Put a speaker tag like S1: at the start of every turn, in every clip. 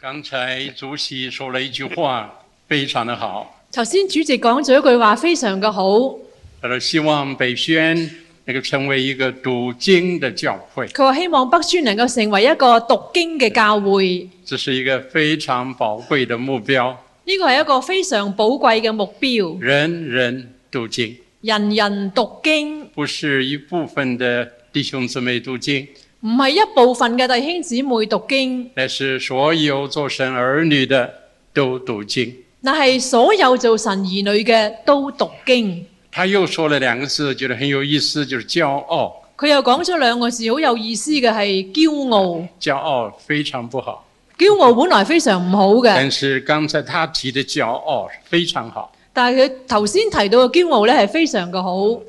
S1: 刚才主席说了一句话，非常的好，
S2: 頭先主席講咗一句話非常嘅好，
S1: 他说希望北宣能够成为一个读经的教会，
S2: 佢話希望北宣能夠成為一個讀經嘅教會，
S1: 这是一个非常宝贵的目标，
S2: 呢個係一個非常寶貴嘅目標。
S1: 人人读经，
S2: 人人讀經，
S1: 不是一部分的弟兄姊妹读经，
S2: 唔係一部分嘅弟兄姊妹讀經，
S1: 乃是所有做神儿女的都读经。
S2: 但係所有做神兒女嘅都讀經。
S1: 他又说了两个字，觉得很有意思，就是骄傲。
S2: 佢又講咗兩個字好有意思嘅係驕傲，
S1: 骄傲非常不好，
S2: 驕傲本來非常唔好嘅。
S1: 但是刚才他提的骄傲非常好。
S2: 但係佢頭先提到嘅驕傲咧係非常嘅好。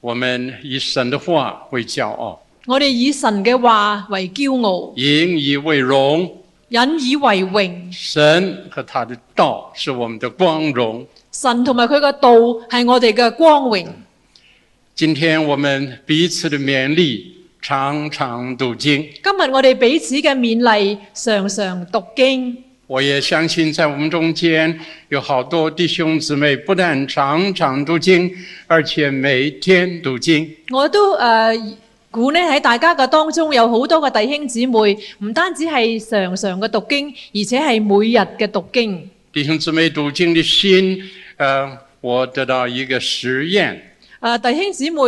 S1: 我们以神的话为骄傲，
S2: 我哋以神嘅話為驕傲，
S1: 引以为荣。
S2: 引以為榮。
S1: 神和他的道是我们的光荣。
S2: 神同埋佢嘅道係我哋嘅光榮。
S1: 今天我们彼此的勉励，常常读经。
S2: 今日我哋彼此嘅勉勵，常常讀經。
S1: 我也相信，在我们中间有好多弟兄姊妹，不但常常读经，而且每天读经。
S2: 我都誒、呃估呢喺大家嘅當中有好多嘅弟兄姊妹，唔單止係常常嘅讀經，而且係每日嘅讀經。
S1: 弟兄姊妹读经的心，呃，我得到一个实验。
S2: 誒、弟兄姊妹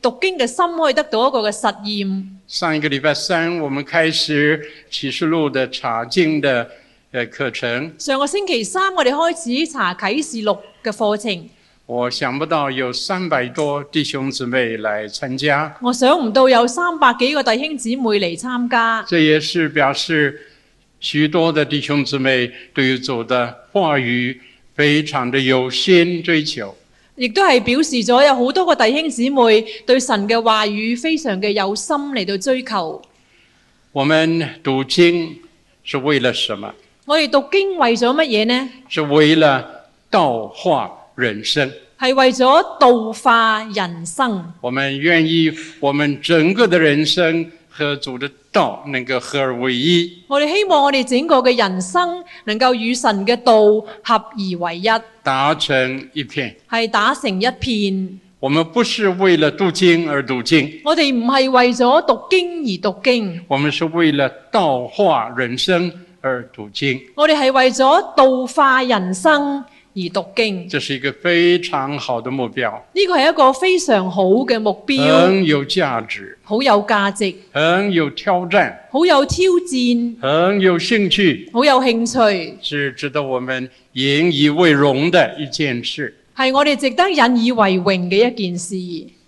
S2: 讀經嘅心可以得到一個嘅實驗。
S1: 上一个礼拜三，我们开始启示录的查经的呃课程。
S2: 上個星期三我哋開始查啟示錄嘅課程，
S1: 我想不到有三百多弟兄姊妹来参加，
S2: 我想唔到有三百幾個弟兄姊妹嚟參加，
S1: 这也是表示许多的弟兄姊妹对于主的话语非常的有心追求。
S2: 亦都係表示咗有好多個弟兄姊妹對神嘅話語非常嘅有心嚟到追求。
S1: 我们读经是为了什么？
S2: 我哋讀經為咗乜嘢呢？
S1: 是为了道化人生。
S2: 係為咗道化人生。
S1: 我们愿意我们整个的人生和主的道能够合而为一。
S2: 我哋希望我哋整個嘅人生能夠與神嘅道合而為一，
S1: 达成一片，
S2: 係打成一片。
S1: 我们不是为了读经而读经，
S2: 我哋唔係為咗讀經而讀經。
S1: 我们是为了道化人生而读经，
S2: 我哋係為咗道化人生而讀經，
S1: 这是一个非常好的目标，
S2: 呢個係一個非常好嘅目標，
S1: 很有价值，
S2: 好有價值，
S1: 很有挑战，
S2: 好有挑戰，
S1: 很有兴趣，
S2: 好有興趣，
S1: 是值得我们引以为荣的一件事。
S2: 係我哋值得引以為榮嘅一件事。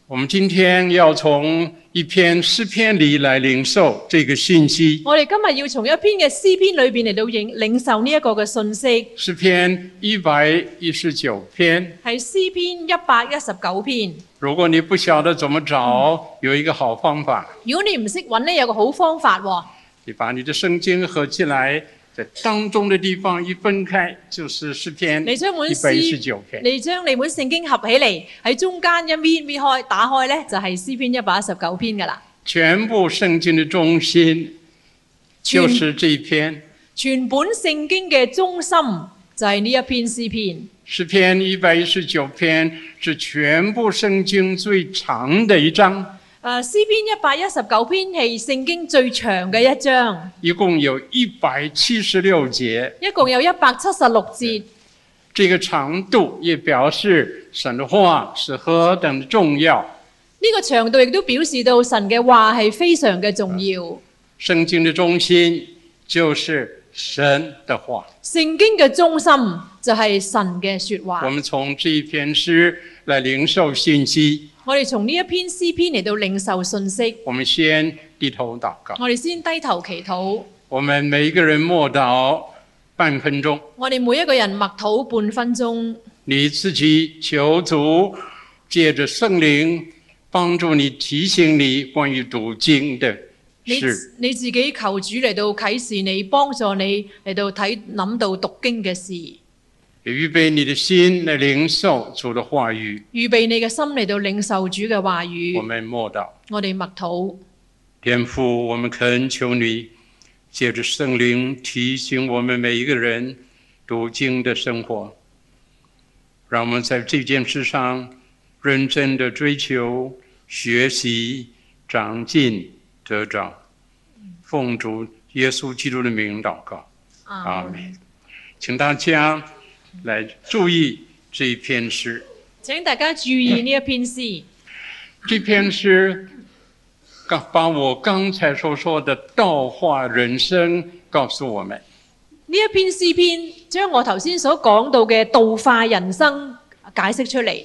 S1: 我们今天要从一篇诗篇里来领受这个信息。
S2: 我哋今日要從一篇嘅詩篇裏邊嚟到領領受呢一個嘅信息，
S1: 诗篇一百一十九篇，
S2: 係詩篇一百一十九篇。
S1: 如果你不晓得怎么找，有一个好方法，
S2: 如果你唔識揾呢，有個好方法喎、
S1: 你把你的圣经合起来，在当中的地方一分开，就是诗篇
S2: 你將本
S1: 一百一十
S2: 詩，
S1: 九篇。
S2: 你將你本聖經合起嚟，喺中間一搣搣開，打開呢，就係、詩篇一百一十九篇噶啦。
S1: 全部圣经的中心就
S2: 全
S1: 是这一篇
S2: 全本聖經嘅中心就係呢一篇詩篇，
S1: 诗篇一百一十九篇，是全部圣经最长的一章，
S2: 誒啊詩篇一百一十九篇係聖經最長嘅一章，
S1: 一共有一百七十六节。
S2: 一共有一百七十六節。
S1: 这个长度也表示神的话是何等的重要。
S2: 呢、個長度亦都表示到神嘅話係非常嘅重要。
S1: 圣经的中心就是神的话。
S2: 聖經嘅中心就係神嘅説
S1: 我
S2: 話。
S1: 们从这一篇诗来领受信息。
S2: 我哋從呢一篇詩篇嚟到領受信息。
S1: 我们先低头祷告，
S2: 我哋先低頭祈禱，
S1: 我们每一个人默祷半分钟，
S2: 我哋每一個人默禱半分鐘，
S1: 你自己求主借着圣灵帮助你提醒你关于读经的
S2: 你
S1: 事。
S2: 你自己求主嚟到啟示你，幫助你嚟到睇諗到讀經嘅事。
S1: 也预备你的心来领受主的话语。
S2: 預備你嘅心嚟到領受主嘅話
S1: 我
S2: 語，
S1: 们默祷，
S2: 我哋默禱。
S1: 天父，我们恳求你借着圣灵提醒我们每一个人读经的生活。让我们在这件事上认真的追求、学习、长进、得着。奉主耶稣基督的名祷告，阿门。请大家来注意这一篇诗。
S2: 請大家注意呢一篇詩，
S1: 这篇诗刚把我刚才所说的道化人生告诉我们。
S2: 呢一篇詩篇將我頭先所講到嘅道化人生解釋出嚟。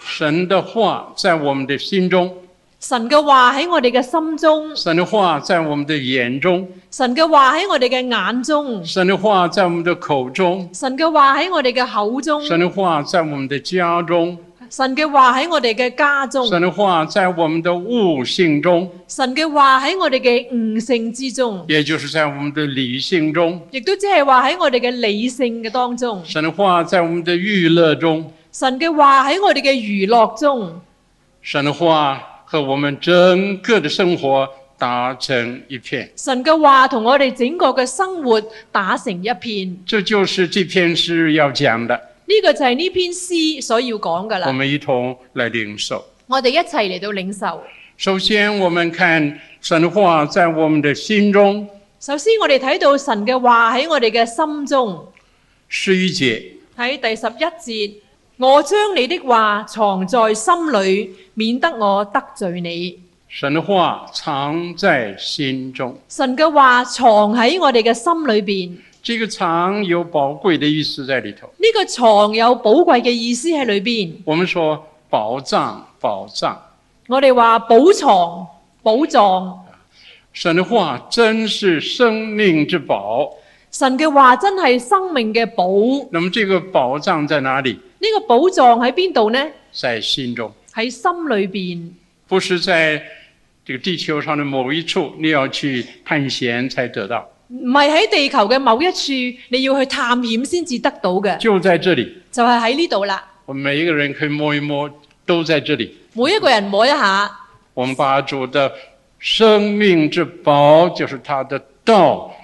S1: 神的话在我们的心中，
S2: 神嘅話喺我哋嘅心中，
S1: 神的话在我们的眼中，
S2: 神嘅話喺我哋嘅眼中，
S1: 神的话在我们的口中，
S2: 神嘅話喺我哋嘅口中，
S1: 神的话在我们的家中，
S2: 神嘅話喺我哋嘅家中，
S1: 神的话在我们的悟性中，
S2: 神嘅話喺我哋嘅悟性之中，
S1: 也就是在我们的理性中，
S2: 亦都即係話喺我哋嘅理性嘅當中，
S1: 神的话在我们的娱乐中，
S2: 神嘅話喺我哋嘅娛樂中，
S1: 神的话和我们整个的生活打成一片。
S2: 神嘅話同我哋整個嘅生活打成一片。呢、
S1: 这就是这篇诗要讲的，
S2: 個就係呢篇詩所要講噶
S1: 我
S2: 啦。
S1: 们一同来领受。
S2: 我哋一齊嚟到領受。
S1: 首先，我们看神的话在我们的心中，
S2: 首先，我哋睇到神嘅話喺我哋嘅心中。
S1: 十一节，
S2: 喺第十一節，我將你的話藏在心裏，免得我得罪你。
S1: 神的话藏在心中。
S2: 神嘅話藏喺我哋嘅心裏邊，呢、
S1: 这个藏有宝贵的意思在里头。
S2: 個藏有寶貴嘅意思喺裏邊。
S1: 我们说宝藏，宝藏，
S2: 我哋話寶藏、寶藏，
S1: 神的话真是生命之宝。
S2: 神嘅話真係生命嘅寶。
S1: 那么这个宝藏在哪里？
S2: 呢、個寶藏喺邊度呢？
S1: 在心中，
S2: 喺心裏邊，
S1: 不是在这个地球上的某一处，你要去探险才得到，
S2: 唔係喺地球嘅某一處，你要去探險先至得到嘅，
S1: 就在这里。
S2: 就係喺呢度啦。
S1: 我们每一个人可以摸一摸，都在这里。
S2: 每一個人摸一下。
S1: 我们把主的生命之宝，就是他的道，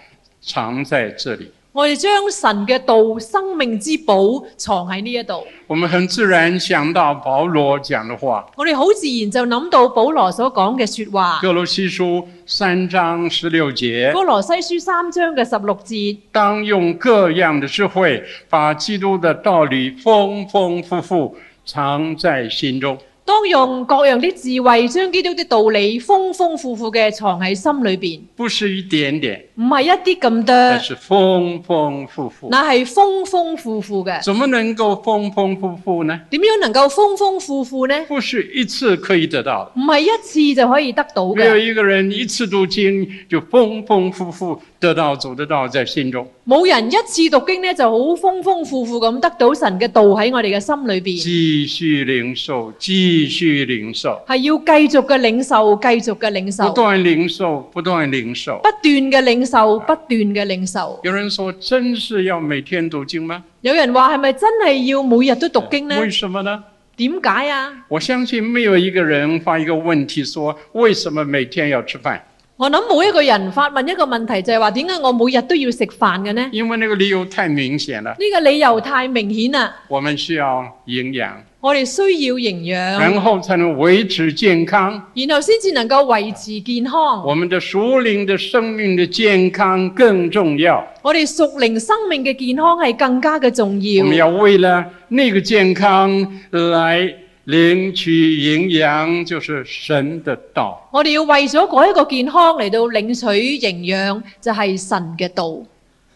S1: 藏在这里。
S2: 我哋將神嘅道、生命之寶藏喺呢一度，
S1: 我们很自然想到保罗讲的话，
S2: 我哋好自然就諗到保羅所講嘅说話。
S1: 《哥罗西书》三章十六节，
S2: 哥羅西書三章嘅十六節，
S1: 当用各样的智慧，把基督的道理丰丰富富藏在心中。
S2: 當用各樣的智慧將基督的道理豐豐富富嘅藏喺心裏边，
S1: 不是一点点，
S2: 唔係一啲咁
S1: 而
S2: 多，
S1: 是丰丰富富。
S2: 呃那係豐豐富富嘅。
S1: 怎么能够丰丰富富呢？
S2: 點樣能夠豐豐富富呢？
S1: 不是一次可以得到的。
S2: 唔係一次就可以得到
S1: 没有
S2: 嘅，
S1: 一个人一次读经就丰丰富富得到走得到在心中，
S2: 冇人一次讀經呢就好豐豐富富咁得到神嘅道喺我哋嘅心裏边。
S1: 继续领受，继续领受，
S2: 係要繼續嘅領受，繼續嘅領
S1: 不
S2: 受，不
S1: 断领受，不断领受。
S2: 斷嘅領受，不斷嘅領受。
S1: 有人说，真是要每天读经吗？
S2: 有人話係咪真係要每日都讀經呢？
S1: 为什么呢？
S2: 點解啊？
S1: 我相信没有一个人发一个问题说，为什么每天要吃饭？
S2: 我諗每一個人發問一個問題就係話點解我每日都要食飯嘅呢？呢、
S1: 因为那个理由太明显了。
S2: 個理由太明顯啦，
S1: 我们需要营养，
S2: 我哋需要營養，
S1: 然后才能维持健康。
S2: 然後先至能夠維持健康。
S1: 我们的属灵的生命的健康更重要。
S2: 我哋屬靈生命嘅健康係更加嘅重
S1: 我们
S2: 要。
S1: 要为了那个健康来领取营养，就是神的道。
S2: 我哋要為咗嗰一個健康嚟到領取營養，就係神嘅道。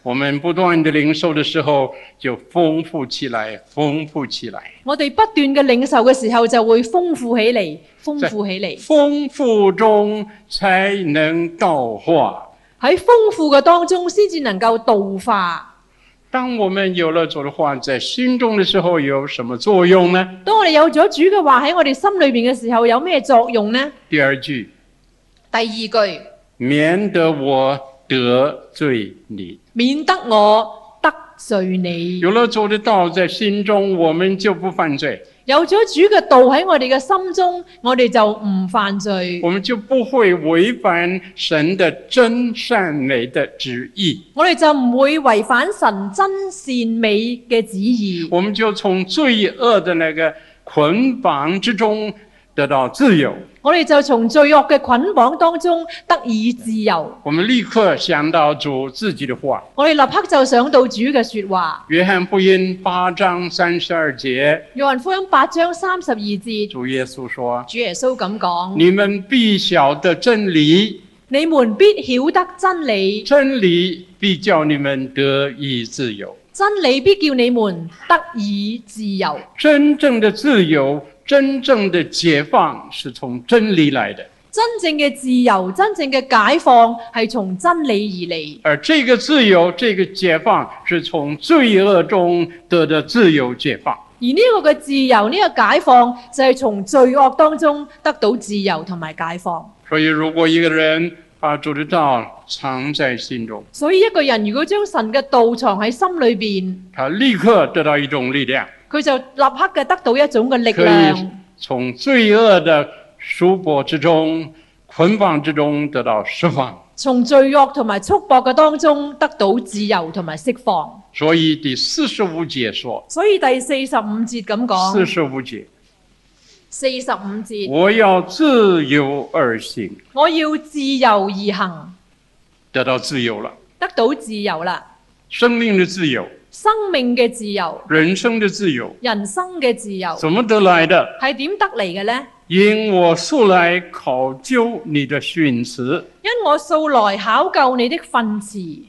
S1: 我们不断的领受的时候，就丰富起来，丰富起来，
S2: 我哋不斷嘅領受嘅時候就會豐富起嚟，豐富起嚟。
S1: 丰富中才能道化。
S2: 喺豐富嘅當中，先至能夠道化。
S1: 当我们有了主的话在心中的时候，有什么作用呢？
S2: 當我哋有咗主嘅話喺我哋心裏邊嘅時候，有咩作用呢？
S1: 第二句，
S2: 第二句，
S1: 免得我得罪你。
S2: 免得我得罪你。
S1: 有了主的道在心中，我们就不犯罪。
S2: 有咗主嘅道喺我哋嘅心中，我哋就唔犯罪，
S1: 我们就不会违反神的真善美的旨意，
S2: 我哋就唔會違反神真善美嘅旨意，
S1: 我们就从罪恶的那个捆绑之中得到自由。
S2: 我哋就從罪惡嘅捆綁當中得以自由。
S1: 我们立刻想到主自己的话，
S2: 我哋立刻就想到主嘅说話。
S1: 《约翰福音》八章三十二节，
S2: 約翰福音八章三十二節，
S1: 主耶稣说
S2: 主耶穌咁：“講：
S1: 你们必晓得真理，
S2: 你們必曉得真理，
S1: 真理必叫你们得以自由。
S2: 真理必叫你們得以自由。
S1: 真正的自由，真正的解放，是从真理来的。
S2: 真正嘅自由、真正嘅解放係從真理而嚟。
S1: 而这个自由，这个解放，是从罪恶中得的自由解放。
S2: 而呢個嘅自由、呢、個解放，就係從罪惡當中得到自由同埋解放。
S1: 所以，如果一个人把主的道藏在心中，
S2: 所以一個人如果將神嘅道藏喺心裏邊，
S1: 他立刻得到一种力量，
S2: 佢就立刻嘅得到一種嘅力
S1: 可以
S2: 量，
S1: 从罪恶的束缚之中、捆绑之中得到释放。
S2: 從罪惡同埋束縛嘅當中得到自由同埋釋放。
S1: 所以第四十五节说，
S2: 所以第四十五節咁
S1: 四
S2: 講，
S1: 十五节，
S2: 四十五節，
S1: 我要自由而行，
S2: 我要自由而行，
S1: 得到自由了，
S2: 得到自由啦，
S1: 生命的自由，
S2: 生命嘅自由，
S1: 人生的自由，
S2: 人生嘅自由
S1: 怎么得来的？
S2: 係點得嚟嘅呢？
S1: 因我素来考究你的训词，
S2: 因我素來考究你的訓詞，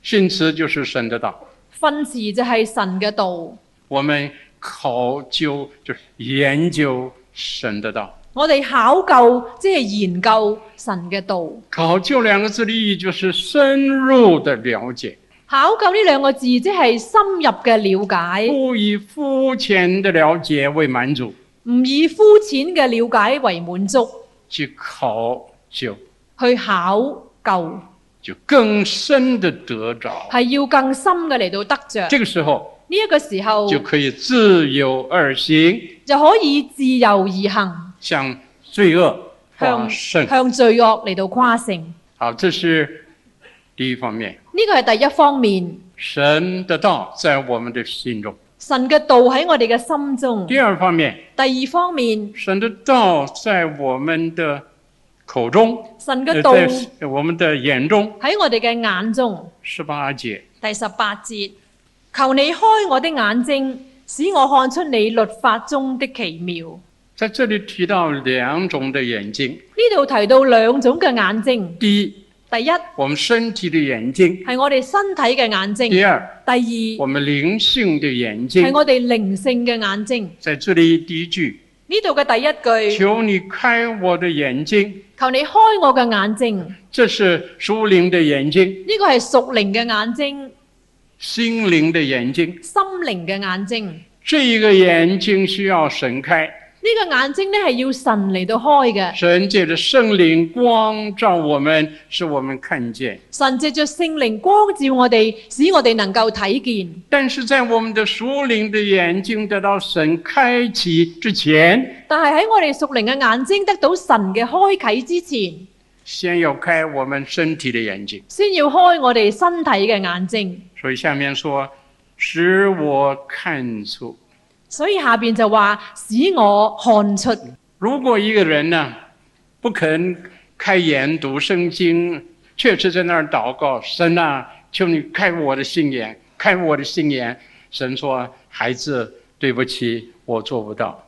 S1: 训词就是神的道。
S2: 訓詞就係神嘅道。
S1: 我们考究就是研究神的道。
S2: 我哋考究即係研究神嘅道。
S1: 考究两个字的意义就是深入的了解，
S2: 考究呢兩個字即係深入嘅了解，
S1: 不以肤浅的了解为满足，
S2: 唔以膚淺嘅了解為滿足，
S1: 去考究
S2: 去考究
S1: 就更深的得着。
S2: 係要更深嘅嚟到得着。
S1: 这个时候
S2: 呢一個時候
S1: 就可以自由而行，
S2: 就可以自由而行，
S1: 向罪恶发
S2: 向
S1: 胜。
S2: 向罪惡嚟到跨勝。呢
S1: 好，这是第一方面。
S2: 個係第一方面，
S1: 神的道在我们的心中。
S2: 神嘅道喺我哋嘅心中。
S1: 第二方面，
S2: 第二方面，
S1: 神的道在我们的口中，
S2: 神
S1: 呃
S2: 嘅道。
S1: 在我们的眼中。
S2: 喺我哋嘅眼中。
S1: 十八节，
S2: 第十八節，求你開我的眼睛，使我看出你律法中的奇妙。呢
S1: 在这里提到两种的眼睛。
S2: 度提到兩種嘅眼睛，
S1: 第一，
S2: 第一係
S1: 我们身体的眼睛；
S2: 我哋身體嘅眼睛，
S1: 第二，
S2: 第二
S1: 我们灵性的眼睛
S2: 係。我哋靈性嘅眼睛。
S1: 在这里第一句，
S2: 呢度嘅第一句，
S1: 求你开我的眼睛，
S2: 求你開我嘅眼睛，呢
S1: 这是属灵的眼睛，
S2: 個係屬靈嘅眼睛、
S1: 心灵的眼睛。
S2: 心靈嘅眼睛。呢
S1: 这一个眼睛需要神开。
S2: 個眼睛呢係要神嚟到開嘅，
S1: 神借着圣灵光照我们，使我们看见。
S2: 神藉着聖靈光照我哋，使我哋能夠睇見。
S1: 但是在我们的属灵的眼睛得到神开启之前，
S2: 但係喺我哋屬靈嘅眼睛得到神嘅開啟之前，
S1: 先要开我们身体的眼睛。
S2: 先要開我哋身體嘅眼睛。
S1: 所以下面说，使我看出。
S2: 所以下边就話使我看出。
S1: 如果一个人呢，不肯开眼读圣经，确实在那儿祷告，神啊，求你开我的心眼，开我的心眼。神说，孩子，对不起，我做不到。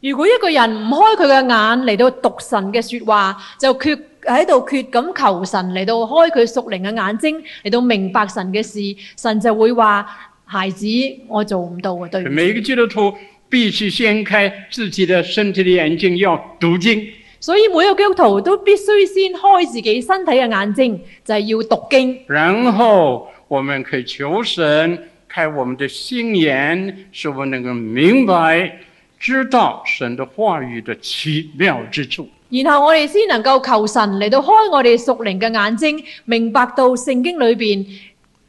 S2: 如果一個人唔開佢嘅眼嚟到讀神嘅说話，就缺喺度缺咁求神嚟到開佢屬靈嘅眼睛嚟到明白神嘅事，神就會話：孩子，我做唔到啊，對唔住
S1: 每一个基督徒必须先开自己的身体的眼睛，要读经。
S2: 所以每個基督徒都必須先開自己身體嘅眼睛，就係要讀經。
S1: 然后我们可以求神开我们的心眼，使我们能够明白、知道神的话语的奇妙之处。
S2: 然後我哋先能夠求神嚟到開我哋屬靈嘅眼睛，明白到聖經裏邊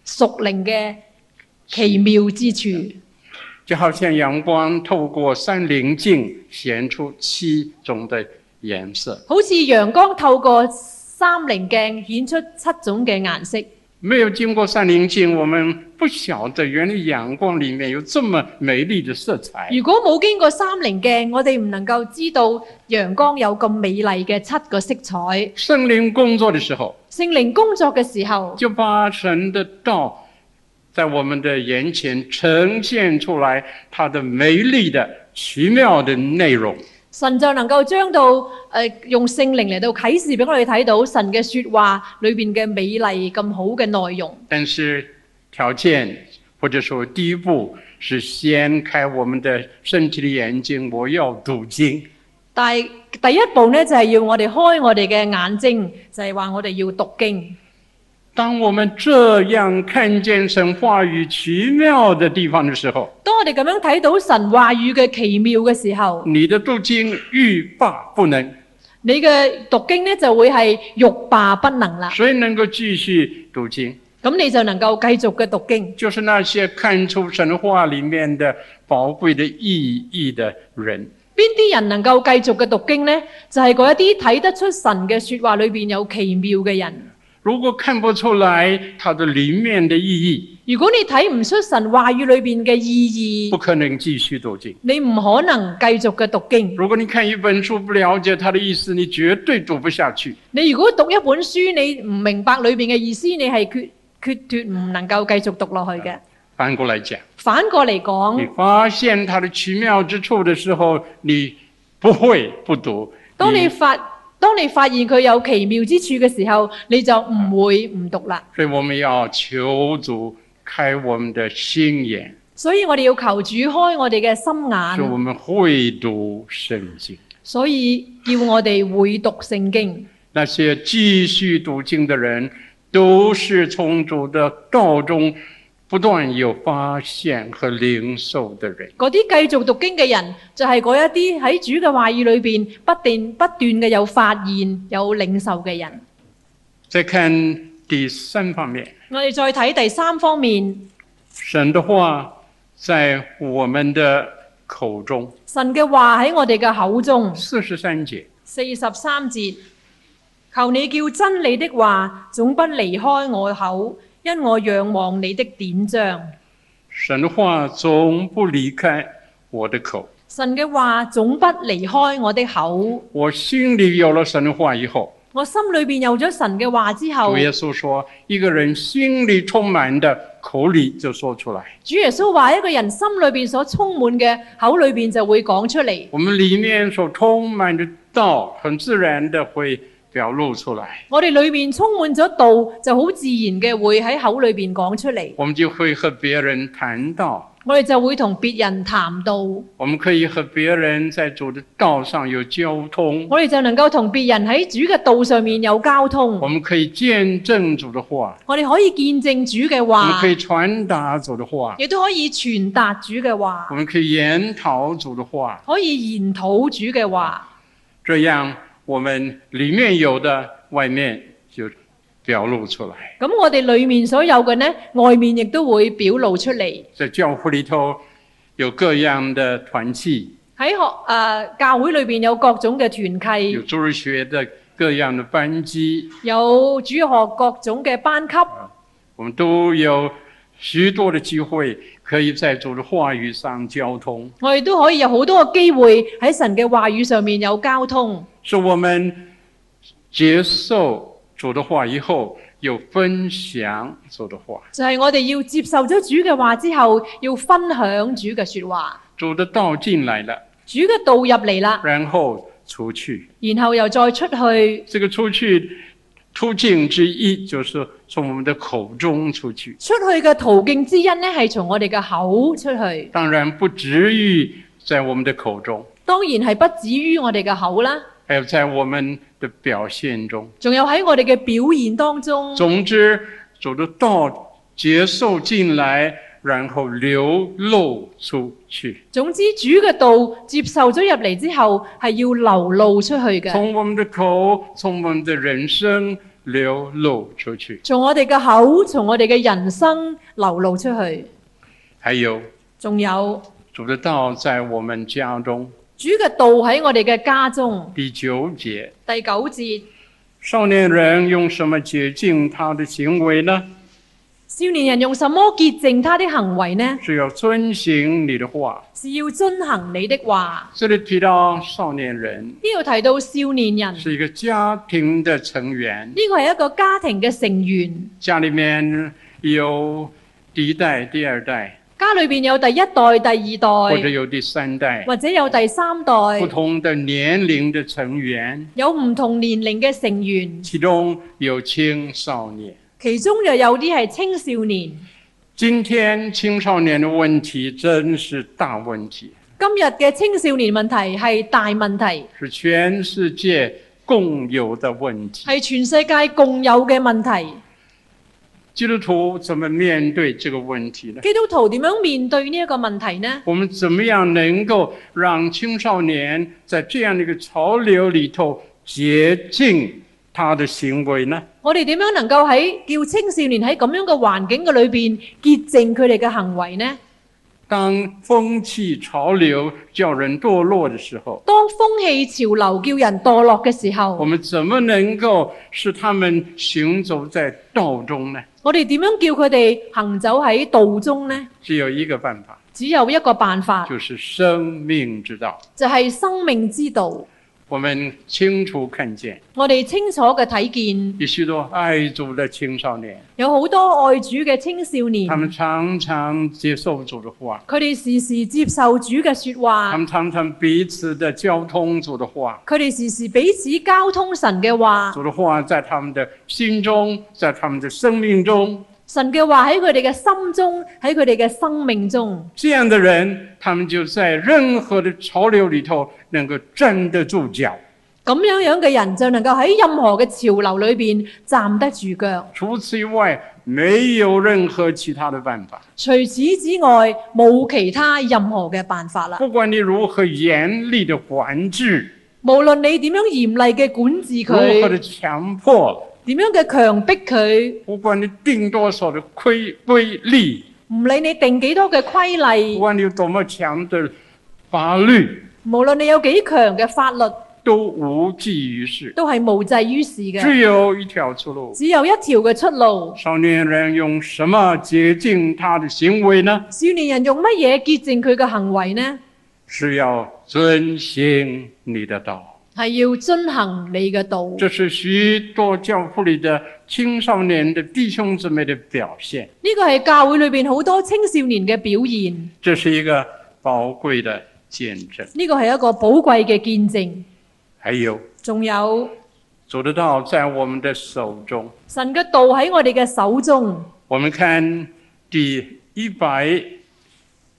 S2: 屬靈嘅奇妙之處。
S1: 就好像阳光透过三棱镜显出七种的颜色。
S2: 好似陽光透過三棱鏡顯出七種嘅顏色。
S1: 没有经过三棱镜，我们不晓得原来阳光里面有这么美丽的色彩。
S2: 如果冇經過三棱鏡，我哋唔能夠知道陽光有咁美麗嘅七個色彩。
S1: 圣灵工作的时候，
S2: 聖靈工作嘅時候，
S1: 就把神的道在我们的眼前呈现出来，它的美丽的、奇妙的内容。
S2: 神就能夠將到誒、呃用聖靈嚟到啟示俾我哋睇到神嘅説話裏邊嘅美麗咁好嘅內容。
S1: 但是条件或者说第一步是先开我们的身体的眼睛，我要读经。
S2: 但係第一步呢，就係、要我哋開我哋嘅眼睛，就係、話我哋要讀經。
S1: 当我们这样看见神话语奇妙的地方的时候，
S2: 當我哋咁樣睇到神話語嘅奇妙嘅時候，
S1: 你的读经欲罢不能，
S2: 你嘅讀經呢就會係欲罷不能啦。
S1: 谁能够继续读经？
S2: 咁你就能夠繼續嘅讀經，
S1: 就是那些看出神话里面的宝贵的意义的人。
S2: 邊啲人能夠繼續嘅讀經呢？就係嗰一啲睇得出神嘅説話裏邊有奇妙嘅人。
S1: 如果看不出来它的里面的意义，
S2: 如果你睇唔出神話語裏邊嘅意
S1: 不
S2: 義，
S1: 可能继续读经。
S2: 你唔可能繼續嘅讀經。
S1: 如果你看一本书不了解它的意思，你绝对读不下去。
S2: 你如果讀一本書，你唔明白裏邊嘅意思，你係決決斷唔能夠繼續讀落去嘅。
S1: 反过来讲，
S2: 反過嚟
S1: 你
S2: 講，
S1: 发现它的奇妙之处的时候，你不会不读。
S2: 當你
S1: 你
S2: 發當你發現佢有奇妙之處嘅時候，你就唔會唔讀啦。
S1: 所以我们要求主开我们的心眼，
S2: 所以我哋要求主開我哋嘅心眼
S1: 使。我们会读圣经。
S2: 所以要我哋會讀聖經。
S1: 那些继续读经的人，都是从主的道中不断有发现和领受的人。
S2: 嗰啲繼續讀經嘅人，就係嗰一啲喺主嘅話語裏邊不斷不斷嘅有發現、有領受嘅人。
S1: 再看第三方面。
S2: 我哋再睇第三方面，
S1: 神的话在我们的口中。
S2: 神嘅話喺我哋嘅口中。
S1: 四十三节，
S2: 四十三節，求你叫真理的話總不離開我口，因我仰望你的典章。
S1: 神的话总不离开我的口。
S2: 神嘅話總不離開我的口。
S1: 我心里有了神的话以后，
S2: 我心裏邊有咗神嘅話之後
S1: 主。耶稣说，一个人心里充满的，口里就说出来。
S2: 主耶穌話：一個人心裏邊所充滿嘅，口裏邊就會講出嚟。
S1: 我们里面所充满的道，很自然的会表露出来，
S2: 我哋裏面充滿咗道，就好自然嘅會喺口裏邊講出嚟。
S1: 我们就会和别人谈道，
S2: 我哋就會同別人談道，我
S1: 我们可以和别人在主的道上有交通，
S2: 哋就能夠同別人喺主嘅道上面有交通
S1: 我。们可以见证主的话。
S2: 我哋可以見證主嘅
S1: 我们
S2: 話
S1: 可，以传达主的话，
S2: 亦都可以傳達主嘅話
S1: 我，们可以研讨主的话，
S2: 可以研討主嘅話。
S1: 这样我们里面有的，外面就表露出来。
S2: 咁我哋裏面所有嘅呢，外面亦都會表露出嚟。
S1: 在教会里头有各样的团契，
S2: 喺學誒、呃教會裏邊有各種嘅團契。
S1: 有主日学的各样的班级，
S2: 有主學各種嘅班級，
S1: 我们都有许多的机会可以在主的话语上交通，
S2: 我哋都可以有好多嘅機會喺神嘅話語上面有交通。
S1: 是我们接受主的话以后，有分享主的话。
S2: 就係我哋要接受咗主嘅話之後，要分享主嘅説話，
S1: 主的道进来了，
S2: 主嘅道入嚟啦，
S1: 然后出去。
S2: 然後又再出去。
S1: 这个出去途径之一就是从我们的口中出去，
S2: 出去嘅途徑之一呢，係從我哋嘅口出去。
S1: 当然不止于在我们的口中，
S2: 當然係不止於我哋嘅口啦，
S1: 还有在我们的表現中。
S2: 仲有喺我哋嘅表現當中。
S1: 总之，主的道接受进来，然后流露出去，
S2: 總之，主嘅道接受咗入嚟之後，係要流露出去嘅。
S1: 从我们的口，从我们的人生流露出去。
S2: 從我哋嘅口，從我哋嘅人生流露出去。
S1: 还有，
S2: 仲有
S1: 主的道在我们家中。
S2: 主嘅道喺我哋嘅家中。
S1: 第九节，
S2: 第九節，
S1: 少年人用什么洁净他的行为呢？
S2: 少年人用什麼潔淨他的行為呢？
S1: 是要遵行你的话。
S2: 是要遵行你的話。
S1: 这里提到少年人
S2: 呢度提到少年人，呢
S1: 是一个家庭的成员，
S2: 個係一個家庭嘅成員，
S1: 家里面有第一代、第二代，
S2: 家裏邊有第一代、第
S1: 或者
S2: 二代，
S1: 有第三代，
S2: 或者有第三代，
S1: 不同的年龄的成员，
S2: 有唔同年齡嘅成員，
S1: 其中有青少年。
S2: 其中又有啲係青少年。
S1: 今天青少年的问题真是大问题，
S2: 今日嘅青少年問題係大問題，
S1: 是全世界共有的问题。
S2: 係全世界共有嘅問題。
S1: 基督徒怎么面对这个问题呢？
S2: 基督徒點樣面對呢一個問題呢？
S1: 我们怎么样能够让青少年在这样的一个潮流里头洁净他的行为呢？
S2: 我哋點樣能夠喺叫青少年喺咁樣嘅環境嘅裏邊潔淨佢哋嘅行為呢？
S1: 当风气潮流叫人堕落的时候，
S2: 當風氣潮流叫人墮落嘅時
S1: 我
S2: 候，
S1: 们怎么能够使他们行走在道中呢？
S2: 我哋點樣叫佢哋行走喺道中呢？
S1: 只有一个办法，
S2: 只有一個辦法，
S1: 就是生命之道。
S2: 就係、生命之道。
S1: 我们清楚看见，
S2: 我哋清楚嘅睇見，
S1: 有许多爱主的青少年，
S2: 有好多愛主嘅青少年
S1: 他，们常常接受主的话，
S2: 佢哋時時接受主嘅説
S1: 他
S2: 話，
S1: 们常常彼此的交通主的话，
S2: 佢哋時時彼此交通神嘅話，
S1: 主的话在他们的心中，在他们的生命中，
S2: 神嘅話喺佢哋嘅心中，喺佢哋嘅生命中。
S1: 这样的人，他们就在任何的潮流里头能够站得住脚。
S2: 咁樣樣嘅人就能夠喺任何嘅潮流裏邊站得住腳。
S1: 除此以外，没有任何其他的办法。
S2: 除此之外，冇其他任何嘅辦法啦。
S1: 不管你如何严厉的管制，
S2: 無論你點樣嚴厲嘅管治
S1: 如何的
S2: 佢，
S1: 强迫，
S2: 點樣嘅強迫佢，
S1: 不管你定多少的规规律，
S2: 唔理你定幾多嘅規
S1: 不
S2: 例，
S1: 管你有多么强的法律，
S2: 無論你有幾強嘅法律，
S1: 都无济于事。
S2: 都係無濟於事嘅。
S1: 只有一条出路。
S2: 只有一條嘅出路。
S1: 少年人用什么洁净他的行为呢？
S2: 少年人用乜嘢潔淨佢嘅行為呢？
S1: 是要遵行你的道。
S2: 係要遵行你嘅道。
S1: 这是许多教会里的青少年的弟兄姊妹的表现，
S2: 呢個係教會裏邊好多青少年嘅表現。
S1: 这是一个宝贵的见证。
S2: 呢個係一個寶貴嘅見證。
S1: 还有，
S2: 仲有
S1: 主的道在我们的手中。
S2: 神嘅道喺我哋嘅手中。
S1: 我们看第一百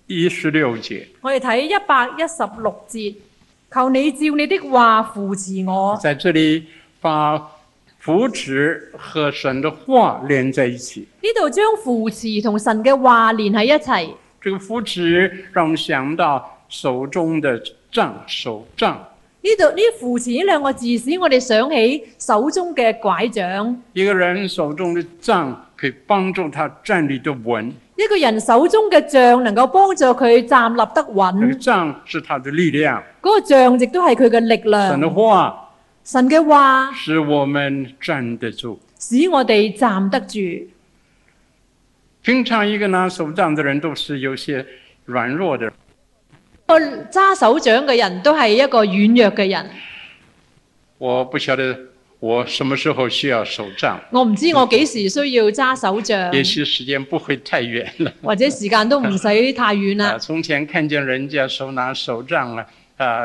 S1: 一十六节，
S2: 我哋睇一百一十六節，求你照你的話扶持我。
S1: 在这里把扶持和神的话连在一起。
S2: 呢度將扶持同神嘅話連喺一齊。
S1: 这个扶持让我们想到手中的杖，手杖。
S2: 呢度呢扶持呢兩個字使我哋想起手中嘅拐杖。
S1: 一个人手中的杖可以帮助他站立的稳，
S2: 一個人手中嘅杖能夠幫助佢站立得
S1: 那个
S2: 穩，
S1: 杖是他的力量。
S2: 嗰、個杖亦都係佢嘅力
S1: 神的
S2: 量。
S1: 话
S2: 神嘅話
S1: 使我们站得住。
S2: 使我哋站得住。
S1: 平常一个拿手杖的人都是有些软弱的，
S2: 個揸手掌嘅人都係一個軟弱嘅人。
S1: 我不晓得我什么时候需要手杖，
S2: 我唔知我幾時需要揸手掌，
S1: 也许时间不会太远了。
S2: 或者時間都唔使太遠
S1: 啊，
S2: 啦。
S1: 从前看见人家手拿手杖了，啊，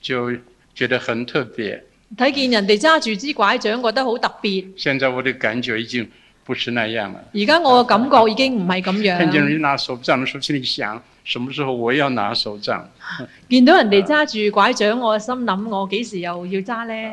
S1: 就觉得很特别。
S2: 睇見人哋揸住支拐杖，覺得好特別。
S1: 现在我的感觉已经不是那样了。
S2: 而家我嘅感覺已經唔係咁
S1: 看见
S2: 樣。
S1: 人拿手杖的时候，心里想：什么时候我要拿手杖？
S2: 見到人哋揸住拐杖，我心諗我幾時又要揸呢？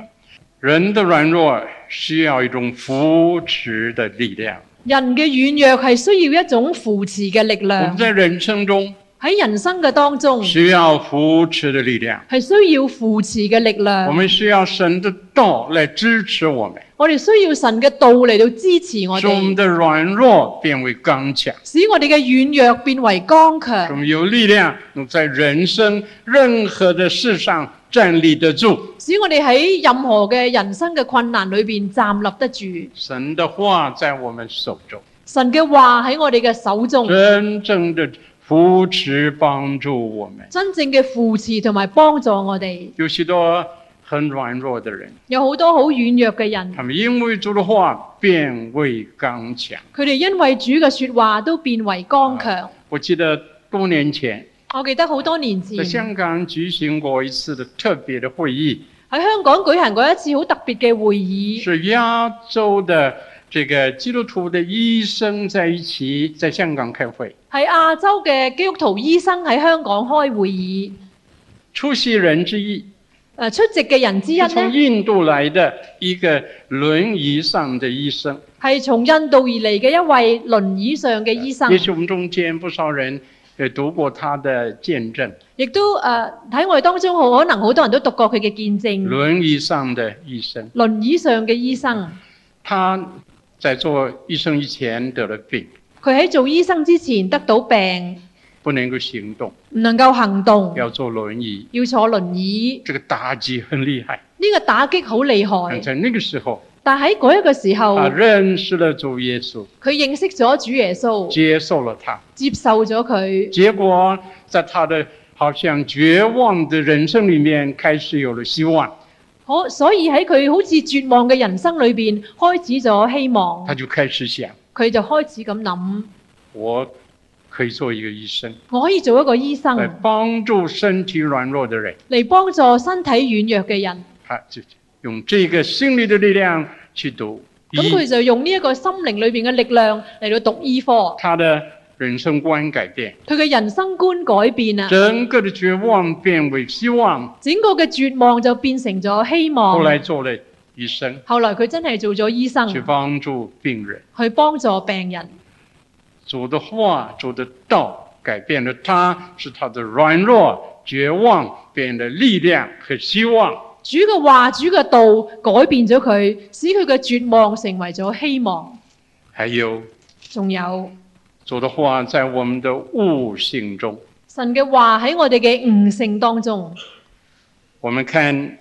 S1: 人的软弱需要一种扶持的力量。
S2: 人嘅軟弱係需要一種扶持嘅力
S1: 我
S2: 量
S1: 们。在人生中
S2: 喺人生嘅當中
S1: 需要扶持的力量。
S2: 係需要扶持嘅力
S1: 我
S2: 量，
S1: 们需要神的道来支持我们，
S2: 我哋需要神嘅道嚟到支持我
S1: 使我们
S2: 哋，
S1: 的软弱变为刚强，
S2: 使我哋嘅軟弱變為剛
S1: 使我
S2: 強，
S1: 们有力量能在人生任何的事上站立得住。
S2: 使我哋喺任何嘅人生嘅困難裏邊站立得住。
S1: 神的话在我们手中，
S2: 神嘅話喺我哋嘅手中，
S1: 真正的扶持帮助我们。
S2: 真正嘅扶持同埋幫助我哋。
S1: 有许多很软弱的人，
S2: 有好多好軟弱嘅人，
S1: 他们因为主的话变为刚强。
S2: 佢哋因為主嘅説話都變為剛強。
S1: 我记得多年前
S2: 我記得好多年前
S1: 在香港举行过一次的特别的会议，
S2: 喺香港舉行過一次好特別嘅會議，
S1: 是亚洲的这个基督徒的医生在一起在香港开会，
S2: 係亞洲嘅基督徒醫生喺香港開會議。
S1: 出席人之一
S2: 誒、呃出席嘅人之一
S1: 是从
S2: 呢，
S1: 印度来的一个輪椅上的医生。
S2: 係從印度而嚟嘅一位輪椅上嘅醫生
S1: 也，许我们中间不少人也读过他的见证，
S2: 亦都誒喺、我哋當中好可能好多人都讀過佢嘅見證。
S1: 輪椅上的医生，
S2: 輪椅上嘅醫生，
S1: 他在做医生以前得了病，
S2: 佢喺做醫生之前得到病，
S1: 不能够行动，
S2: 唔能夠行動，
S1: 要坐轮椅，
S2: 要坐輪椅。
S1: 这个打击很厉害。
S2: 呢、個打擊好厲害
S1: 但，在那个时候，
S2: 但喺嗰一個時候，
S1: 他认识了主耶稣，
S2: 佢認識咗主耶穌，
S1: 接受了他。
S2: 接受咗佢。
S1: 结果在他的好像绝望的人生里面，开始有了希望，
S2: 可所以喺佢好似絕望嘅人生裏邊，開始咗希望
S1: 他，就开始想：
S2: 佢就開始咁諗：
S1: 我可以做一个医生，
S2: 我可以做一個醫
S1: 来
S2: 生
S1: 帮助身体软弱的人。
S2: 嚟幫助身體軟弱嘅人。
S1: 他就用这个心理的力量去读
S2: 咁佢
S1: 医，
S2: 就用呢一個心靈裏邊嘅力量嚟到讀醫科，
S1: 他的人生观改变，
S2: 佢嘅人生觀改變啦，
S1: 整个的绝望变为希望。
S2: 整個嘅絕望就變成咗希望
S1: 后。来做了医生，
S2: 後來佢真係做咗醫生，
S1: 去帮助病人。
S2: 去幫助病人。
S1: 主的话，主的道改变了他，使他的软弱、绝望变得力量和希望。
S2: 主嘅話、主嘅道改變咗佢，使佢嘅絕望成為咗希望。
S1: 还有
S2: 仲有
S1: 主的话在我们的悟性中，
S2: 神嘅話喺我哋嘅悟性當中，
S1: 我们看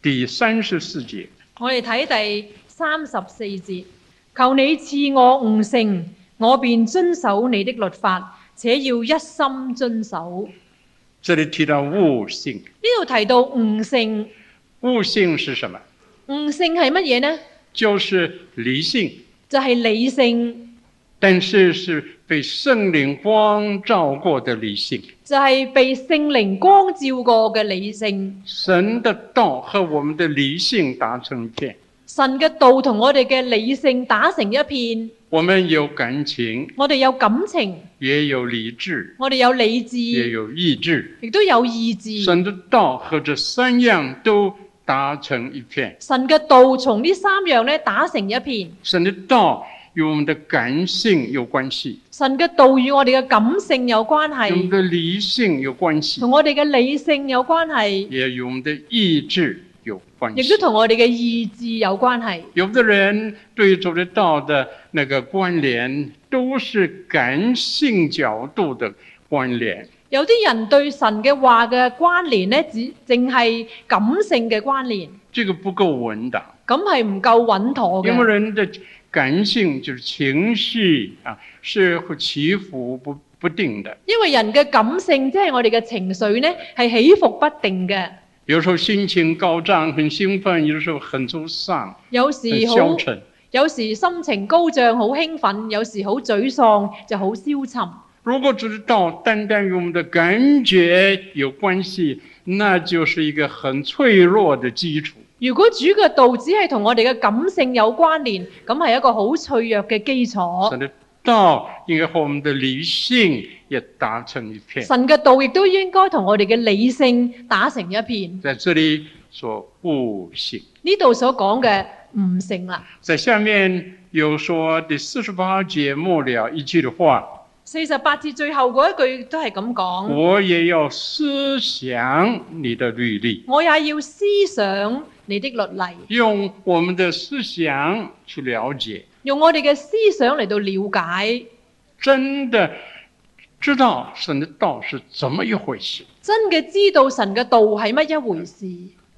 S1: 第三十四节，
S2: 我哋睇第三十四節，求你賜我悟性，我便遵守你的律法，且要一心遵守。
S1: 这里提到悟性，
S2: 呢度提到悟性，
S1: 悟性是什么？
S2: 悟性係乜嘢呢？
S1: 就是理性，
S2: 就係、理性，
S1: 但是是被圣灵光照过的理性。
S2: 就係、被聖靈光照過嘅理性。
S1: 神的道和我们的理性打成一片，
S2: 神嘅道同我哋嘅理性打成一片，
S1: 我们有感情，
S2: 我哋有感情，
S1: 也有理智，
S2: 我哋有理
S1: 也
S2: 智，
S1: 有意志。
S2: 亦都有意志。
S1: 神的道和这三样都打成一片。
S2: 神嘅道從呢三樣咧打成一片。
S1: 神的道与我们的感性有关系，
S2: 神嘅道與我哋嘅感性有關
S1: 与我们
S2: 係，
S1: 的理性有关系，
S2: 同我哋嘅理性有關係，
S1: 也与我们的意志有关
S2: 亦
S1: 系
S2: 都。同我哋嘅意志有關係。
S1: 有的人对主的道的那个关联，都是感性角度的关联，
S2: 有啲人對神嘅話嘅關聯咧，只淨係感性嘅關聯，
S1: 这个不够稳当。
S2: 咁係唔夠穩妥
S1: 因为
S2: 嘅。
S1: 人的感性就是情绪啊，是会起伏不不定的，
S2: 因為人嘅感性即係我哋嘅情緒咧，係起伏不定嘅。
S1: 有时候心情高涨，很兴奋；有时候很沮丧，
S2: 有時
S1: 很消
S2: 好，
S1: 沉。
S2: 有時心情高漲，好興奮；有時好沮喪，就好消沉。
S1: 如果只是道单单与我们的感觉有关系，那就是一个很脆弱的基础。
S2: 如果主嘅道只係同我哋嘅感性有關聯，咁係一個好脆弱嘅基礎
S1: 神。的道应该和我们的理性也打成一片。
S2: 神嘅道亦都應該同我哋嘅理性打成一片。
S1: 在这里说悟性，
S2: 呢度所講嘅悟性啦，
S1: 在下面有说第四十八节末了一句的话，
S2: 四十八節最後嗰一句都係咁講，
S1: 我也要思想你的律例，
S2: 我也要思想你的律例，
S1: 用我们的思想去了解，
S2: 用我哋嘅思想嚟到了解，
S1: 真的知道神的道是怎么一回事。
S2: 真嘅知道神嘅道係乜一回事。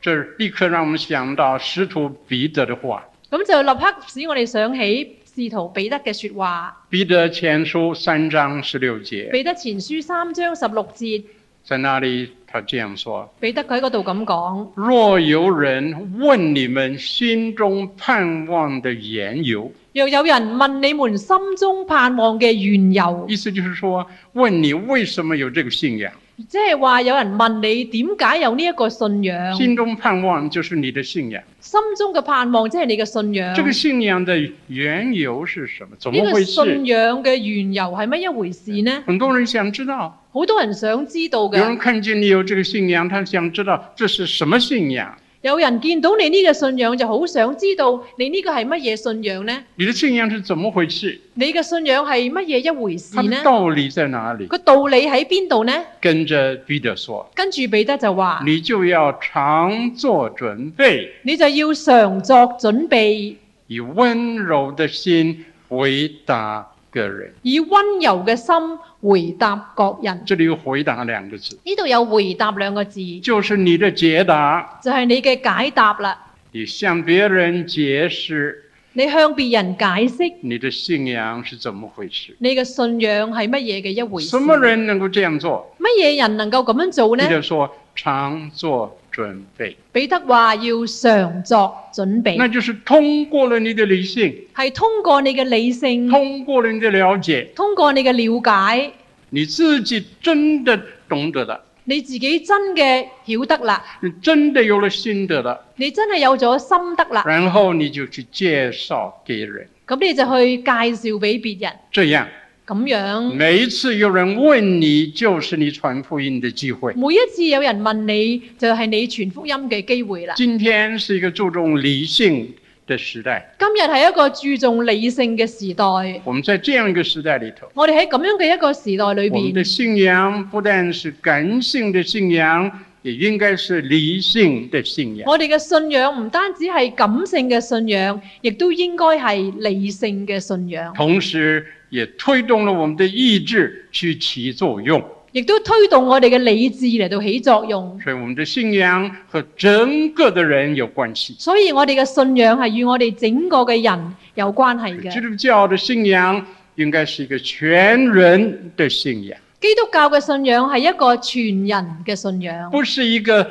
S1: 这立刻让我们想到使徒彼得的话，
S2: 咁就立刻使我哋想起使徒彼得嘅説話，
S1: 《彼得前书》三章十六
S2: 《
S1: 节，
S2: 彼得前書》三章十六節，
S1: 在那里他这样说。
S2: 彼得佢喺嗰度咁講。
S1: 若有人问你们心中盼望的缘由，
S2: 若有人問你們心中盼望嘅緣由，
S1: 意思就是说，问你为什么有这个信仰？
S2: 即係話有人問你點解有呢一個信仰，
S1: 心中盼望就是你的信仰。
S2: 心中嘅盼望即係你嘅信仰。
S1: 这个信仰的缘由是什么？怎
S2: 呢
S1: 么
S2: 個
S1: 回
S2: 信
S1: 事？
S2: 仰嘅緣由係乜一回事呢？
S1: 很多人想知道，
S2: 好多人想知道
S1: 有人
S2: 嘅。
S1: 看见你有这个信仰，他想知道这是什么信仰？
S2: 有人見到你呢個信仰就好想知道你呢個係乜嘢信仰呢？
S1: 你的信仰是怎么回事？
S2: 你嘅信仰係乜嘢一回事
S1: 它的
S2: 呢？
S1: 道理在哪里？
S2: 個道理喺邊度呢？
S1: 跟着彼得说，
S2: 跟住彼得就話：
S1: 你就要常做准备。
S2: 你就要常作準備，
S1: 以温柔的心回答个人。
S2: 以温柔嘅心回答各人。
S1: 这里有“回答”两个字，
S2: 呢度有回答兩個字，
S1: 就是你的解答，
S2: 就係、你嘅解答啦。
S1: 你向别人解释
S2: 你向別人解釋
S1: 你的信仰是怎么回事。
S2: 你嘅信仰係乜嘢嘅一回事。
S1: 什么人能够这样做？
S2: 乜嘢人能夠咁樣做
S1: 彼
S2: 呢？
S1: 得说：“常做准备。
S2: 彼得話要常作準”
S1: 那
S2: 備，
S1: 就是通過了你的理性，
S2: 係通過你嘅理性，
S1: 通過了你的了解，
S2: 通過你嘅了解，
S1: 你自己真的懂得了，
S2: 你自己真嘅曉得啦，
S1: 你真的有了心得了，
S2: 你真係有咗心得啦，
S1: 然后你就去介绍给人。
S2: 咁你就去介紹俾別人，
S1: 这样，
S2: 咁樣
S1: 每一次有人问你，就是你传福音的机会。
S2: 每一次有人問你，就係、你傳福音嘅機會啦。
S1: 今天是一个注重理性的时代，
S2: 今日係一個注重理性嘅時代。
S1: 我们在这样一个时代里头，
S2: 我哋喺咁樣嘅一個時代裏
S1: 我们的
S2: 邊，
S1: 信仰不但是感性的信仰，也应该是理性的信仰。
S2: 我哋嘅信仰唔單止係感性嘅信仰，亦都應該係理性嘅信仰，
S1: 同时，也推动了我们的意志去起作用。
S2: 亦都推動我哋嘅理智嚟到起作用。
S1: 所以，我们的信仰和整个的人有关系。
S2: 所以我哋嘅信仰係與我哋整個嘅人有關係
S1: 基
S2: 嘅。
S1: 督教的信仰应该是一个全人的信仰。
S2: 基督教嘅信仰係一個全人嘅信仰，
S1: 不是一个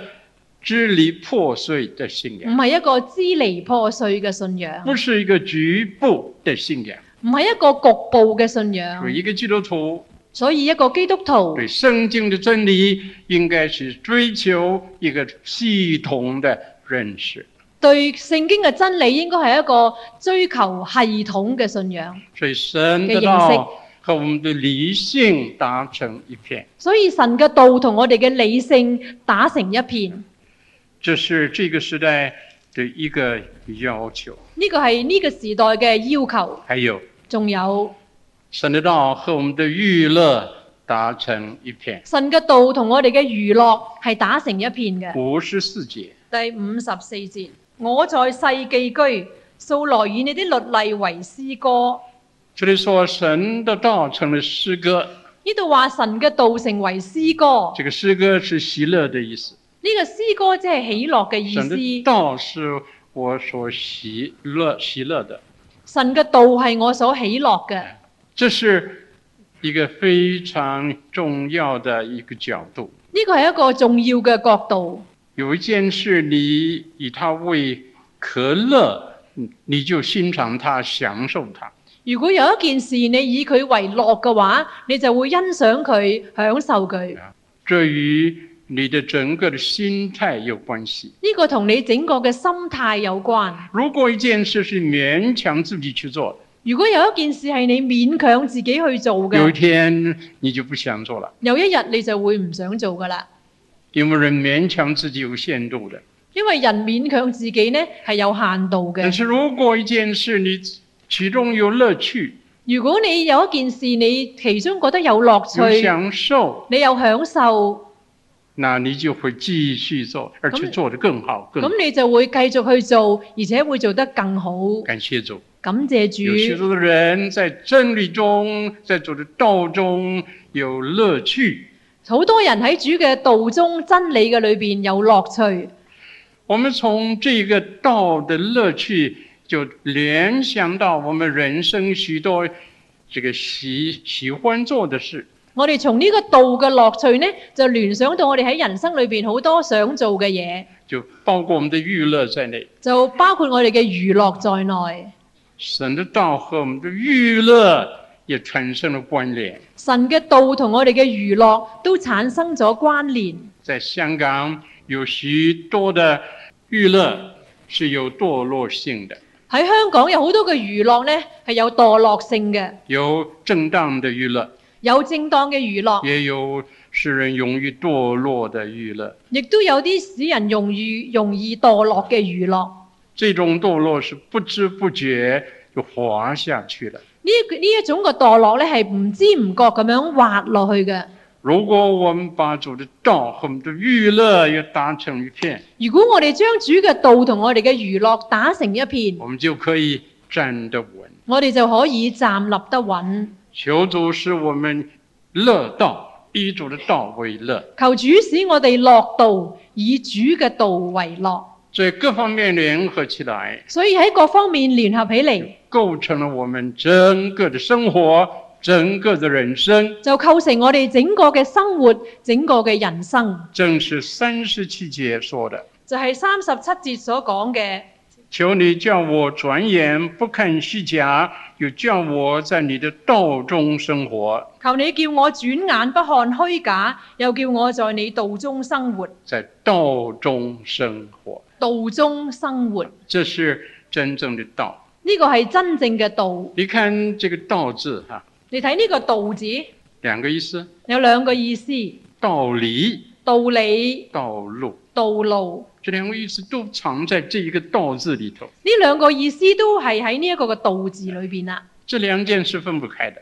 S1: 支离破碎的信
S2: 唔
S1: 仰，
S2: 係一個支離破碎嘅信仰，
S1: 不是一个局部的信仰。
S2: 唔係一個局部嘅信仰
S1: 所。以，一个基督徒
S2: 所以一個基督徒
S1: 对圣经的真理，应该是追求一个系统的认识。
S2: 對聖經嘅真理應該係一個追求系統嘅信仰。
S1: 所以，神的道和我们的理性达成一片，
S2: 所以神嘅道同我哋嘅理性打成一片，
S1: 这是这个时代的一个要求。
S2: 呢個係呢個時代嘅要求。
S1: 还有，
S2: 仲有
S1: 神的道和我们的娱乐达成一片。
S2: 神嘅道同我哋嘅娛樂係打成一片嘅。
S1: 五十四节。
S2: 第五十四節，我在世寄居，素來以你啲律例為詩歌。
S1: 这里说神的道成了诗歌，
S2: 呢度話神嘅道成為詩歌，
S1: 这个诗歌是喜乐的意思。
S2: 呢、個詩歌即係喜樂嘅意
S1: 神的
S2: 思。
S1: 道是我所喜乐喜乐的，
S2: 神嘅道係我所喜樂嘅，
S1: 这是一个非常重要的一个角度。
S2: 呢個係一個重要嘅角度。
S1: 有一件事，你以它为可乐，你你就欣赏它，享受它。
S2: 如果有一件事你以佢為樂嘅話，你就會欣賞佢、享受佢。呢、
S1: 这与你的整个的心态有关系。
S2: 個同你整個嘅心態有關。
S1: 如果一件事是勉强自己去做
S2: 如果有一件事係你勉強自己去做
S1: 的，有一
S2: 嘅，
S1: 天你就不想做了。
S2: 有一日你就會唔想做噶啦。
S1: 因为人勉强自己有限度的。
S2: 因為人勉強自己呢係有限度
S1: 但
S2: 嘅。
S1: 是如果一件事你其中有乐趣，
S2: 如果你有一件事，你其中覺得有樂
S1: 有
S2: 趣，
S1: 享受，
S2: 你有享受，
S1: 那你就会继续做，而且做得更好更好
S2: 咁你就會繼續去做，而且會做得更好。
S1: 感谢主，
S2: 感謝
S1: 有许
S2: 主，
S1: 多的人在真理中，在主的道中有乐趣。
S2: 好多人喺主嘅道中真理嘅裏邊有樂趣。
S1: 我们从这个道的乐趣，就联想到我们人生许多这个喜喜欢做的事。
S2: 我哋從呢個道嘅樂趣呢，就聯想到我哋喺人生裏邊好多想做嘅嘢，
S1: 就包括我们的娱乐在内。
S2: 就包括我哋嘅娛樂在內。
S1: 神的道和我们的娱乐也产生了关联。
S2: 神嘅道同我哋嘅娛樂都產生咗關聯。
S1: 在香港有许多的娱乐是有堕落性的，
S2: 喺香港有好多嘅娛樂呢，係有墮落性嘅，
S1: 有正当的娱乐，
S2: 有正當嘅娛樂，
S1: 也有使人容易堕落的娱乐。
S2: 亦都有啲使人容易容易墮落嘅娛樂。
S1: 这种堕落是不知不觉就滑下去了。
S2: 呢呢一種嘅墮落呢，係唔知唔覺咁樣滑落去嘅。
S1: 如果我们把主的道和我们的娱乐也打成一片，
S2: 如果我哋將主嘅道同我哋嘅娛樂打成一片，
S1: 我们就可以站得稳。
S2: 我哋就可以站立得穩。
S1: 求主使我们乐道，以主的道为乐，
S2: 求主使我哋落道，以主嘅道為樂。
S1: 所以各方面联合起来，
S2: 所以喺各方面聯合起嚟，
S1: 构成了我们整个的生活、整个的人生。
S2: 就構成我哋整個嘅生活、整個嘅人生。
S1: 正是三十七节说的
S2: 就係三十七節所講嘅，：“
S1: 求你叫我转眼不看虚假，又叫我在你的道中生活，
S2: 求你叫我轉眼不看虛假，又叫我在你道中生活，
S1: 在道中生活。
S2: 道中生活。”
S1: 这是真正的道。
S2: 呢個係真正嘅道。
S1: 你看这个“道”字哈、
S2: 你睇呢個道字
S1: 两个意思：
S2: 有兩個意思：
S1: 道理、
S2: 道理、
S1: 道路。
S2: 道路。
S1: 这两个意思都藏在这一个“道”字里头，
S2: 呢兩個意思都係喺呢一個嘅道字裏邊啦。
S1: 这两件事分不开的。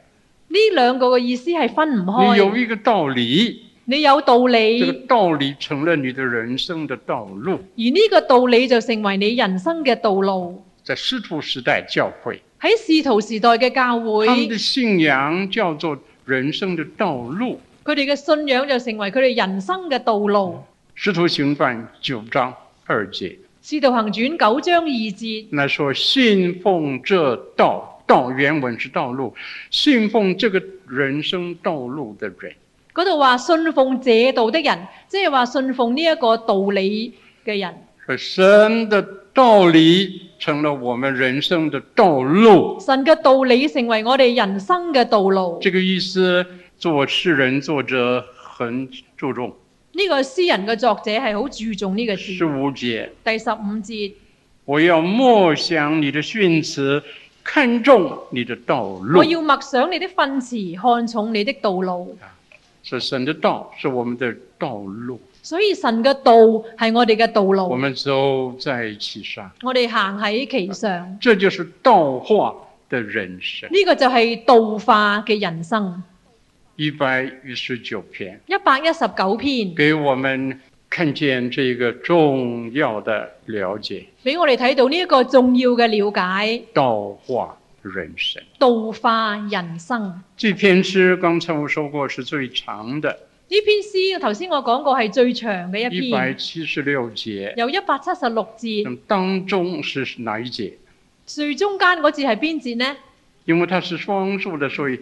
S2: 呢兩個嘅意思係分唔
S1: 你有
S2: 開。
S1: 一个道理，
S2: 你有道理，
S1: 这个
S2: 而
S1: 道理成了你的人生的道路。
S2: 呢個道理就成為你人生嘅道路。
S1: 在师徒时代教会，
S2: 喺使徒時代嘅教會，
S1: 他们的信仰叫做人生的道路。
S2: 佢哋嘅信仰就成為佢哋人生嘅道
S1: 嗯
S2: 路。
S1: 使徒行传九章二节，
S2: 使徒行傳九章二節
S1: 那说信奉这道，道原文是道路，信奉这个人生道路的人，
S2: 嗰度話：信奉這道的人，即係話信奉呢一個道理嘅人。
S1: 说神的道理成了我们人生的道路。
S2: 神嘅道理成為我哋人生嘅道路。
S1: 这个意思，做诗人作者很注重。
S2: 呢、個詩人嘅作者係好注重呢個字。
S1: 十五节，
S2: 第十五節，
S1: 我要默想你的训词，看重你的道路
S2: 我。要默想你的訓詞，看重你的道路。
S1: 是神的道，是我们的道路。
S2: 所以神嘅道係我哋嘅道
S1: 我
S2: 路，
S1: 们走在其上，
S2: 我哋行喺其上。呢、
S1: 这就是道化的人生。
S2: 個就係道化嘅人生。
S1: 一百一十九篇，
S2: 一百一十九篇，
S1: 给我们看见这个重要的了解，
S2: 俾我哋睇到呢一個重要嘅了解，
S1: 道化人生。
S2: 道化人生。呢
S1: 这篇诗刚才我说过是最长的，
S2: 篇詩頭先我講過係最長嘅一
S1: 一百
S2: 篇，
S1: 七十六节。
S2: 有一百七十六節。
S1: 那么当中是哪一节？
S2: 最中間嗰節係邊節呢？
S1: 因为它是双数的，所以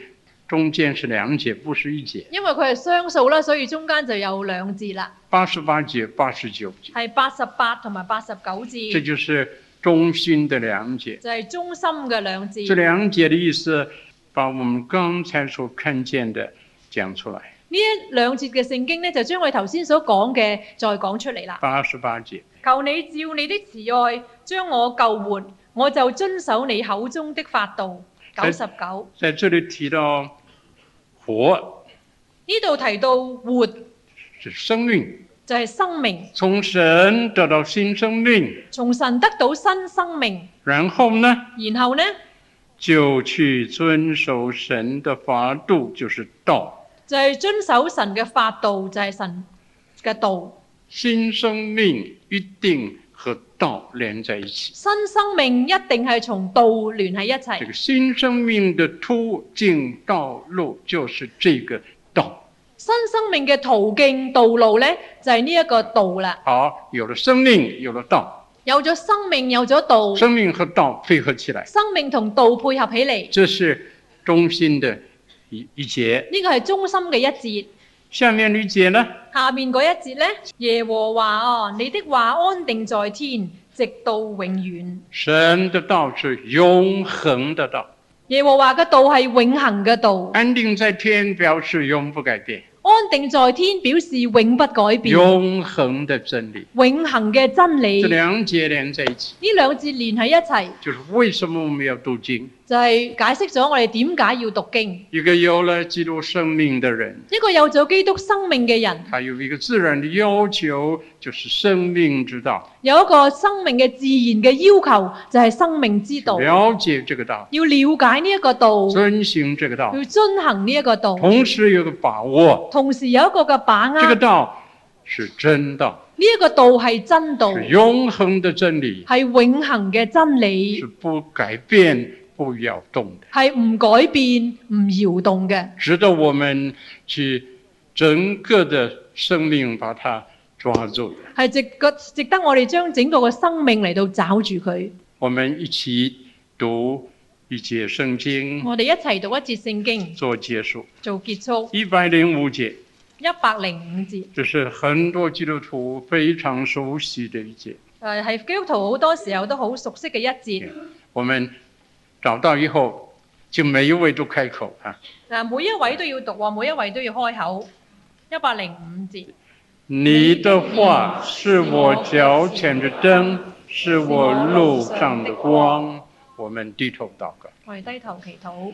S1: 中间是两节，不是一节。
S2: 因為佢係雙數啦，所以中間就有兩節啦，
S1: 八十八节、八十九节，
S2: 係八十八同埋八十九
S1: 这
S2: 節，
S1: 就是中心的两节。
S2: 就係中心嘅兩
S1: 这
S2: 節。
S1: 两节的意思，把我们刚才所看见的讲出来。
S2: 呢一兩節嘅聖經呢，就將佢頭先所講嘅再講出嚟啦。
S1: 八十八节，
S2: 求你照你的慈愛將我救活，我就遵守你口中的法度。九十九
S1: 在这里提到活
S2: 呢度提到活就是
S1: 生命，
S2: 係、生命，
S1: 从神得到新生命，
S2: 從神得到新生命，
S1: 然后呢，
S2: 然後呢，
S1: 就去遵守神的法度，就是道。
S2: 就係遵守神嘅法度，就係神嘅道。
S1: 新生命一定和道连在一起。
S2: 新生命一定係從道聯喺一
S1: 这个
S2: 齊。
S1: 新生命的途径道路就是这个道。
S2: 新生命嘅途徑道路呢，就係呢一個道啦。
S1: 好，有了生命，有了道，
S2: 有咗生命，有咗道，
S1: 生命和道配合起来，
S2: 生命同道配合起嚟，
S1: 这是中心的一一节。
S2: 呢個係中心嘅一節。
S1: 下面一节呢，
S2: 下面嗰一節呢，耶和華啊，你的話安定在天，直到永遠。
S1: 神的道是永恒的道，
S2: 耶和華嘅道係永恒嘅道，
S1: 安定在天表示永不改变，
S2: 安定在天表示永不改變，
S1: 永恒的真理。
S2: 永恒嘅真理。
S1: 这
S2: 呢
S1: 两节连在一起，
S2: 兩節連喺一齊，
S1: 就是为什么我们要读经。
S2: 就係、解釋咗我哋點解要讀經。
S1: 一个有了基督生命的人，
S2: 一個有咗基督生命嘅人，
S1: 他有一个自然的要求，就是生命之道，
S2: 有一個生命嘅自然嘅要求，就係生命之道，要
S1: 了解这个道，
S2: 了解呢一個道，
S1: 遵行这个道，
S2: 要遵行呢一個道，
S1: 同时有个把握，
S2: 同時有一個嘅把握，
S1: 这个
S2: 呢
S1: 道是真道，
S2: 一個道係真道，
S1: 是永恒的真理，
S2: 係永恒嘅真理
S1: 是，不改变、不摇动的，
S2: 係唔改變、唔搖動嘅，
S1: 值得我们去整个的生命把它抓住的。
S2: 係值個值得我哋將整個嘅生命嚟到找住佢。
S1: 我们一起读一节圣经
S2: 我哋一齊讀一節聖經
S1: 做结束，
S2: 做結束，
S1: 一百零五节。
S2: 一百零五節。
S1: 这是很多基督徒非常熟悉的一节。
S2: 誒係基督徒好多時候都好熟悉嘅一節。
S1: 我们找到以后，就每一位都开口啊！
S2: 嗱，每一位都要讀喎，每一位都要開口。一百零五節，
S1: 你的话是我脚前的灯，是我路上的光。我们低头祷告，
S2: 我哋低頭祈禱。